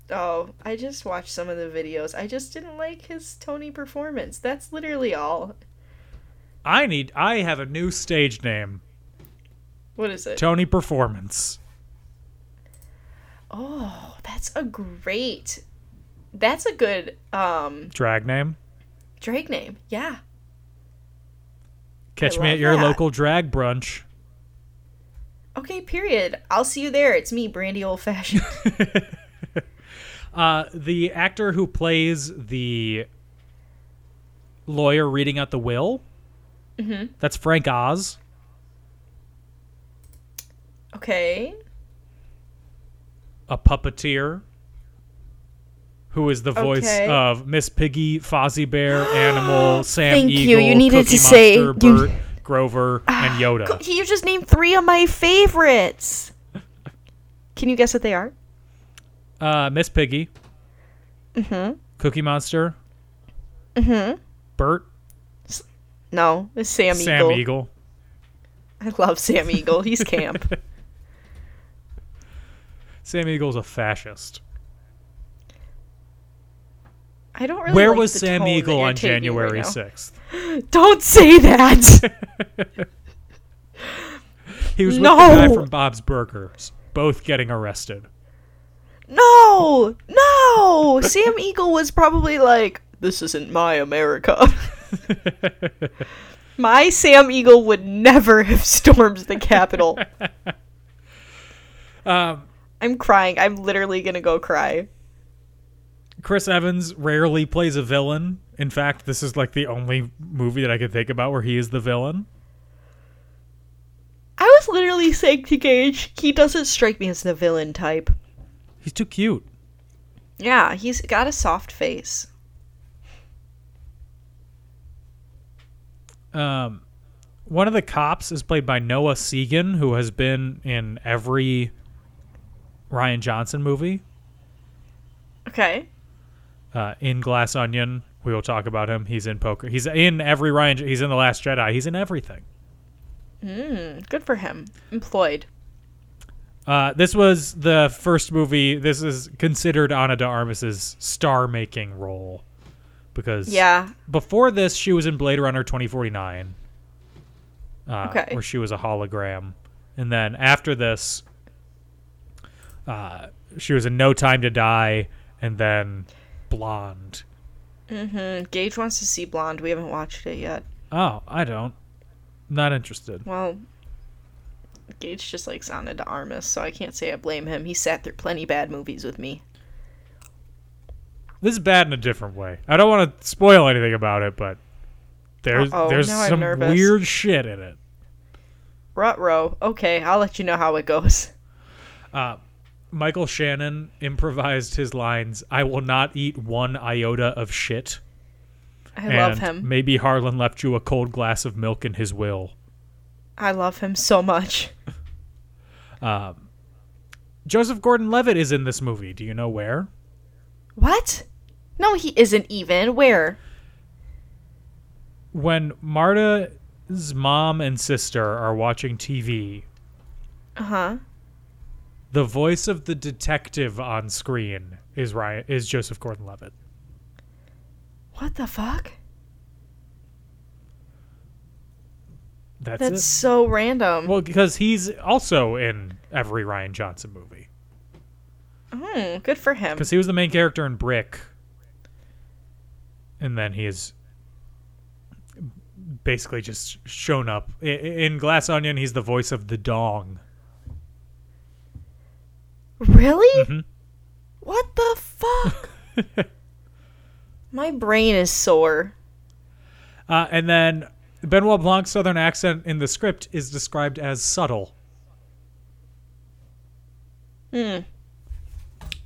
S2: Oh, I just watched some of the videos. I just didn't like his Tony performance. That's literally all.
S1: I need. I have a new stage name.
S2: What is it?
S1: Tony Performance.
S2: Oh, that's a great. That's a good um
S1: Drag name.
S2: drag name. Yeah.
S1: Catch
S2: I
S1: me
S2: love
S1: at your
S2: that.
S1: local drag brunch.
S2: Okay, period. I'll see you there. It's me, Brandy Old Fashioned.
S1: Uh, the actor who plays the lawyer reading out the will. Mm-hmm. That's Frank Oz.
S2: okay.
S1: a puppeteer who is the voice
S2: Okay.
S1: of Miss Piggy, Fozzie Bear, Animal, Sam
S2: Thank you.
S1: Eagle,
S2: You needed
S1: Cookie
S2: to say-
S1: Monster,
S2: you- Ah,
S1: Bert, Grover, and Yoda.
S2: You just named three of my favorites. Can you guess what they are?
S1: Uh, Miss Piggy, mm-hmm. Cookie Monster, mm-hmm. Bert,
S2: No, it's Mm-hmm. Sam,
S1: Sam
S2: Eagle.
S1: Eagle,
S2: I love Sam Eagle. He's camp.
S1: Sam Eagle's a fascist.
S2: I don't really.
S1: Where
S2: like
S1: was
S2: the
S1: Sam
S2: tone that
S1: Eagle
S2: you're
S1: on
S2: taking right
S1: January
S2: now.
S1: 6th?
S2: Don't say that.
S1: He was with the guy
S2: No!
S1: from Bob's Burgers, both getting arrested.
S2: no, no. Sam Eagle was probably like, "This isn't my America." my Sam Eagle would never have stormed the Capitol.
S1: Um,
S2: I'm crying. I'm literally gonna go cry.
S1: Chris Evans rarely plays a villain. In fact, this is like the only movie that I could think about where he is the villain.
S2: I was literally saying to Gage, he doesn't strike me as the villain type.
S1: He's too cute.
S2: Yeah, he's got a soft face.
S1: Um, one of the cops is played by Noah Segan, who has been in every Ryan Johnson movie.
S2: Okay.
S1: Uh, in Glass Onion, we will talk about him. He's in Poker. He's in every Ryan. He's in The Last Jedi. He's in everything.
S2: Good for him. Employed.
S1: Uh, this was the first movie. This is considered Ana de Armas's star-making role because
S2: Yeah.
S1: before this, she was in Blade Runner 2049, uh,
S2: Okay.
S1: where she was a hologram. And then after this, uh, she was in No Time to Die and then Blonde.
S2: Mm, Gage wants to see Blonde. We haven't watched it yet.
S1: Oh, I don't. Not interested.
S2: Well, Gage just likes Anna de Armas, so I can't say I blame him. He sat through plenty bad movies with me.
S1: This is bad in a different way. I don't want to spoil anything about it, but there's
S2: Uh-oh,
S1: there's
S2: now I'm
S1: some
S2: nervous.
S1: weird shit in it.
S2: Rut row. Okay, I'll let you know how it goes.
S1: Michael Shannon improvised his lines, I will not eat one iota of shit.
S2: I love
S1: and
S2: him.
S1: Maybe Harlan left you a cold glass of milk in his will.
S2: I love him so much.
S1: Joseph Gordon-Levitt is in this movie. Do you know where?
S2: What? No, he isn't even. Where?
S1: When Marta's mom and sister are watching TV,
S2: Uh huh.
S1: the voice of the detective on screen is Ryan, is Joseph Gordon-Levitt.
S2: What the fuck?
S1: That's,
S2: That's so random.
S1: it. Well, because he's also in every Ryan Johnson movie.
S2: Hmm, good for him.
S1: Because he was the main character in Brick. And then he is basically just shown up. I- In Glass Onion, he's the voice of the dong.
S2: Really?
S1: Mm-hmm.
S2: What the fuck? My brain is sore.
S1: Uh, and then Benoit Blanc's southern accent in the script is described as subtle.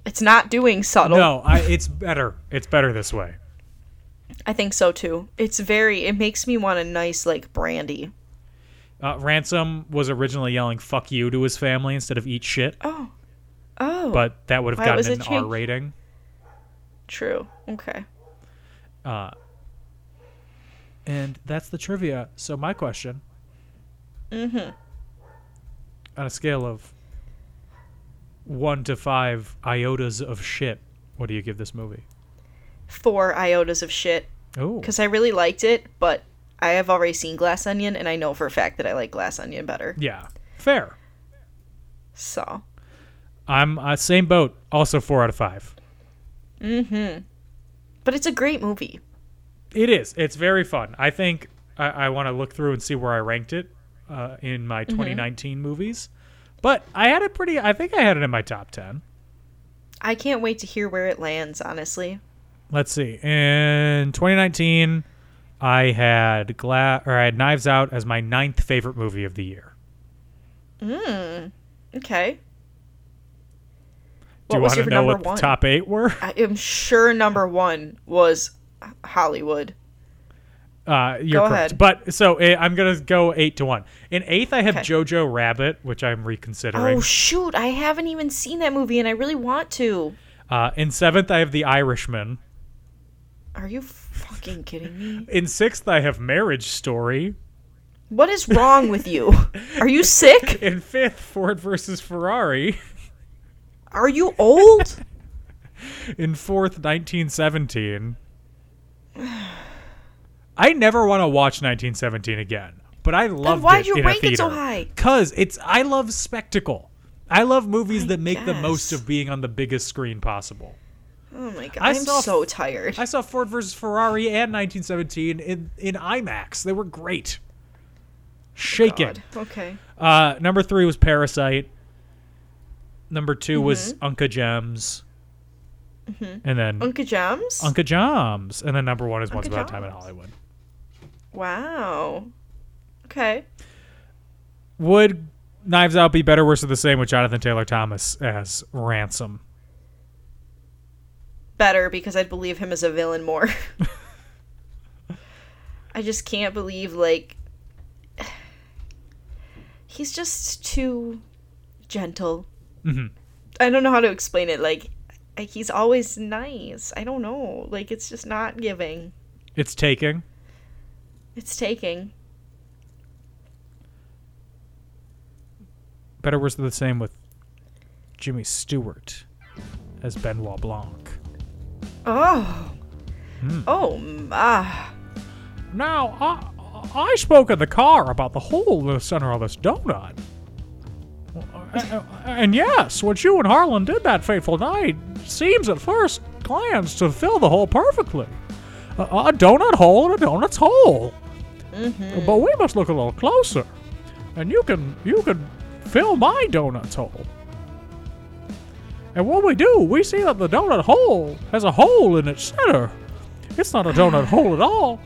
S2: It's not doing subtle.
S1: No, I, it's better. It's better this way.
S2: I think so too. It's very. It makes me want a nice like brandy.
S1: Uh, Ransom was originally yelling "fuck you" to his family instead of "eat shit,"
S2: Oh, oh,
S1: but that would have
S2: Why was
S1: gotten
S2: it
S1: an R
S2: changed?
S1: rating.
S2: true. Okay.
S1: And that's the trivia. So my question. Mm-hmm. On a scale of one to five iotas of shit, What do you give this movie?
S2: Four iotas of shit
S1: Oh,
S2: because I really liked it, but I have already seen Glass Onion, and I know for a fact that I like Glass Onion better.
S1: yeah, fair.
S2: So
S1: I'm uh, same boat. Also four out of five.
S2: But it's a great movie.
S1: It is. It's very fun. I think I, I want to look through and see where I ranked it uh, in my 2019 movies. But I had it pretty. I think I had it in my top ten.
S2: I can't wait to hear where it lands, honestly.
S1: Let's see. In 2019, I had Gla- or I had Knives Out as my ninth favorite movie of the year.
S2: Okay.
S1: Do
S2: What
S1: you
S2: was
S1: want to
S2: your
S1: know
S2: number
S1: what
S2: one?
S1: the top eight were?
S2: I am sure number one was H- Hollywood.
S1: Uh, you're
S2: Go
S1: correct.
S2: ahead.
S1: But so eh, I'm gonna go eight to one. In eighth, I have
S2: Okay.
S1: Jojo Rabbit, which I'm reconsidering.
S2: Oh, shoot. I haven't even seen that movie, and I really want to.
S1: uh, in seventh, I have The Irishman.
S2: Are you fucking kidding me?
S1: In sixth, I have Marriage Story.
S2: What is wrong with you? Are you sick?
S1: In fifth, Ford versus Ferrari.
S2: Are you old?
S1: In fourth, 1917. I never want to watch 1917 again, but I loved
S2: why'd
S1: it
S2: you
S1: in a
S2: rank it so
S1: theater.
S2: high?
S1: Cause it's I love spectacle. I love movies that make the most
S2: guess.
S1: of being on the biggest screen possible.
S2: Oh my god.
S1: I
S2: I'm
S1: saw-
S2: so tired.
S1: I saw Ford versus Ferrari and 1917 in in IMAX. They were great. Shaking.
S2: God. Okay.
S1: Uh, number three was Parasite. Number 2 was
S2: Mm-hmm.
S1: Unca Gems. And then
S2: Unca Gems?
S1: Unca Gems. And then number one is Once
S2: Unca
S1: About a Time in
S2: Gems.
S1: Hollywood.
S2: wow. Okay.
S1: Would Knives Out be better, worse, or the same with Jonathan Taylor Thomas as Ransom?
S2: better because I'd believe him as a villain more. I just can't believe like he's just too gentle.
S1: Mm-hmm.
S2: I don't know how to explain it. Like, like he's always nice. I don't know. Like it's just not giving.
S1: It's taking.
S2: It's taking.
S1: Better, worse, or the same with Jimmy Stewart as Benoit Blanc.
S2: Oh.
S1: Hmm.
S2: Oh my.
S1: Now, I, I spoke in the car about the hole in the center of this donut. And yes, what you and Harlan did that fateful night seems at first glance to fill the hole perfectly. A, a donut hole in a donut's hole. But we must look a little closer. And you can you can fill my donut's hole. And when we do, we see that the donut hole has a hole in its center. It's not a donut hole at all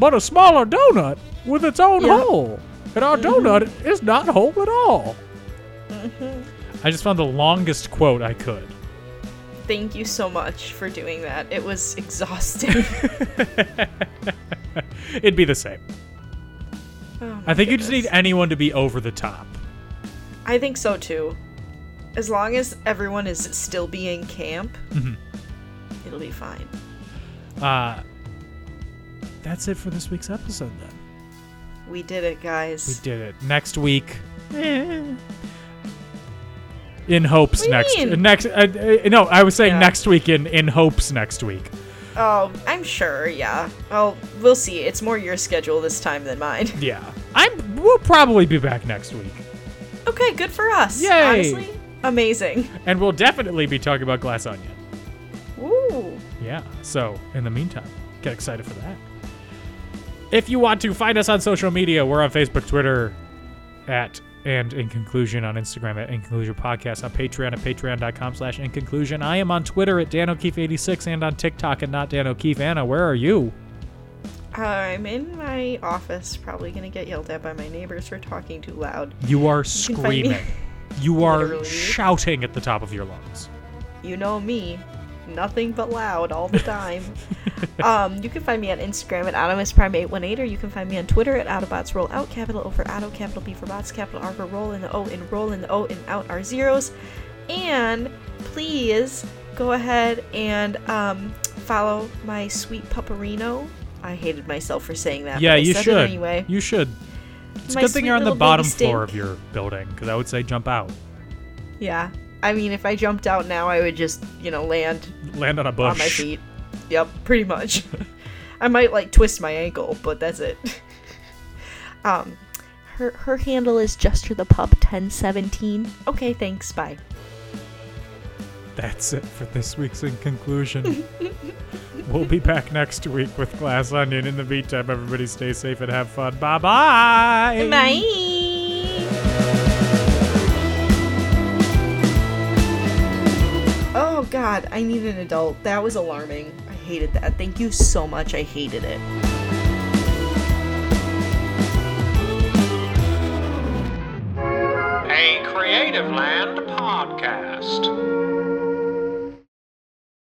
S1: but a smaller donut with its own
S2: Yeah.
S1: hole. And our donut is not whole at all. I just found the longest quote I could.
S2: Thank you so much for doing that. It was exhausting.
S1: It'd be the same.
S2: Oh
S1: I think you just need
S2: goodness.
S1: e- anyone to be over the top.
S2: I think so too. As long as everyone is still being camp,
S1: Mm-hmm.
S2: it'll be fine.
S1: Uh, that's it for this week's episode, then.
S2: We did it, guys.
S1: We did it. Next week. Eh. In hopes
S2: do you
S1: next
S2: mean?
S1: next uh, uh, no I was saying
S2: Yeah.
S1: next week in in hopes next week
S2: Oh, I'm sure. Yeah. Oh, we'll see. It's more your schedule this time than mine.
S1: yeah I'm we'll probably be back next week
S2: Okay, good for us.
S1: Yay.
S2: Honestly, amazing.
S1: and we'll definitely be talking about glass onion
S2: Woo.
S1: Yeah. So, in the meantime, get excited for that. If you want to find us on social media, we're on Facebook, Twitter, at and in conclusion on Instagram at in conclusion podcast on Patreon at patreon.com slash in conclusion. I am on Twitter at Dan O'Keefe 86 and on TikTok at not Dan O'Keefe. Anna, where are you?
S2: I'm in my office, probably gonna get yelled at by my neighbors for talking too loud.
S1: You are
S2: can find me-
S1: screaming. You are
S2: Literally.
S1: shouting at the top of your lungs.
S2: You know me, nothing but loud all the time. um, you can find me on Instagram at AutomusPrime818, or you can find me on Twitter at Autobots Roll Out, capital O for Auto, capital B for Bots, capital R for Roll, and the O in Roll, and the O in Out are zeros. And please go ahead and um, follow my sweet pupperino. I hated myself for saying that.
S1: yeah,
S2: but I
S1: you
S2: said it
S1: should.
S2: anyway,
S1: You should. It's a
S2: My
S1: good thing
S2: sweet
S1: you're on the
S2: little baby
S1: bottom floor
S2: stink.
S1: of your building because I would say jump out.
S2: yeah. I I mean, if I jumped out now, I would just, you know, land
S1: Land on a bush.
S2: on my feet. Yep, pretty much. I might like twist my ankle, but that's it. um, her her handle is Jester the Pup ten seventeen. Okay, thanks. Bye.
S1: That's it for this week's In Conclusion. we'll be back next week with Glass Onion. In the meantime, everybody stay safe and have fun. Bye bye.
S2: Bye. Oh God, I need an adult. That was alarming. I hated that. Thank you so much. I hated it.
S3: a Creative Land podcast.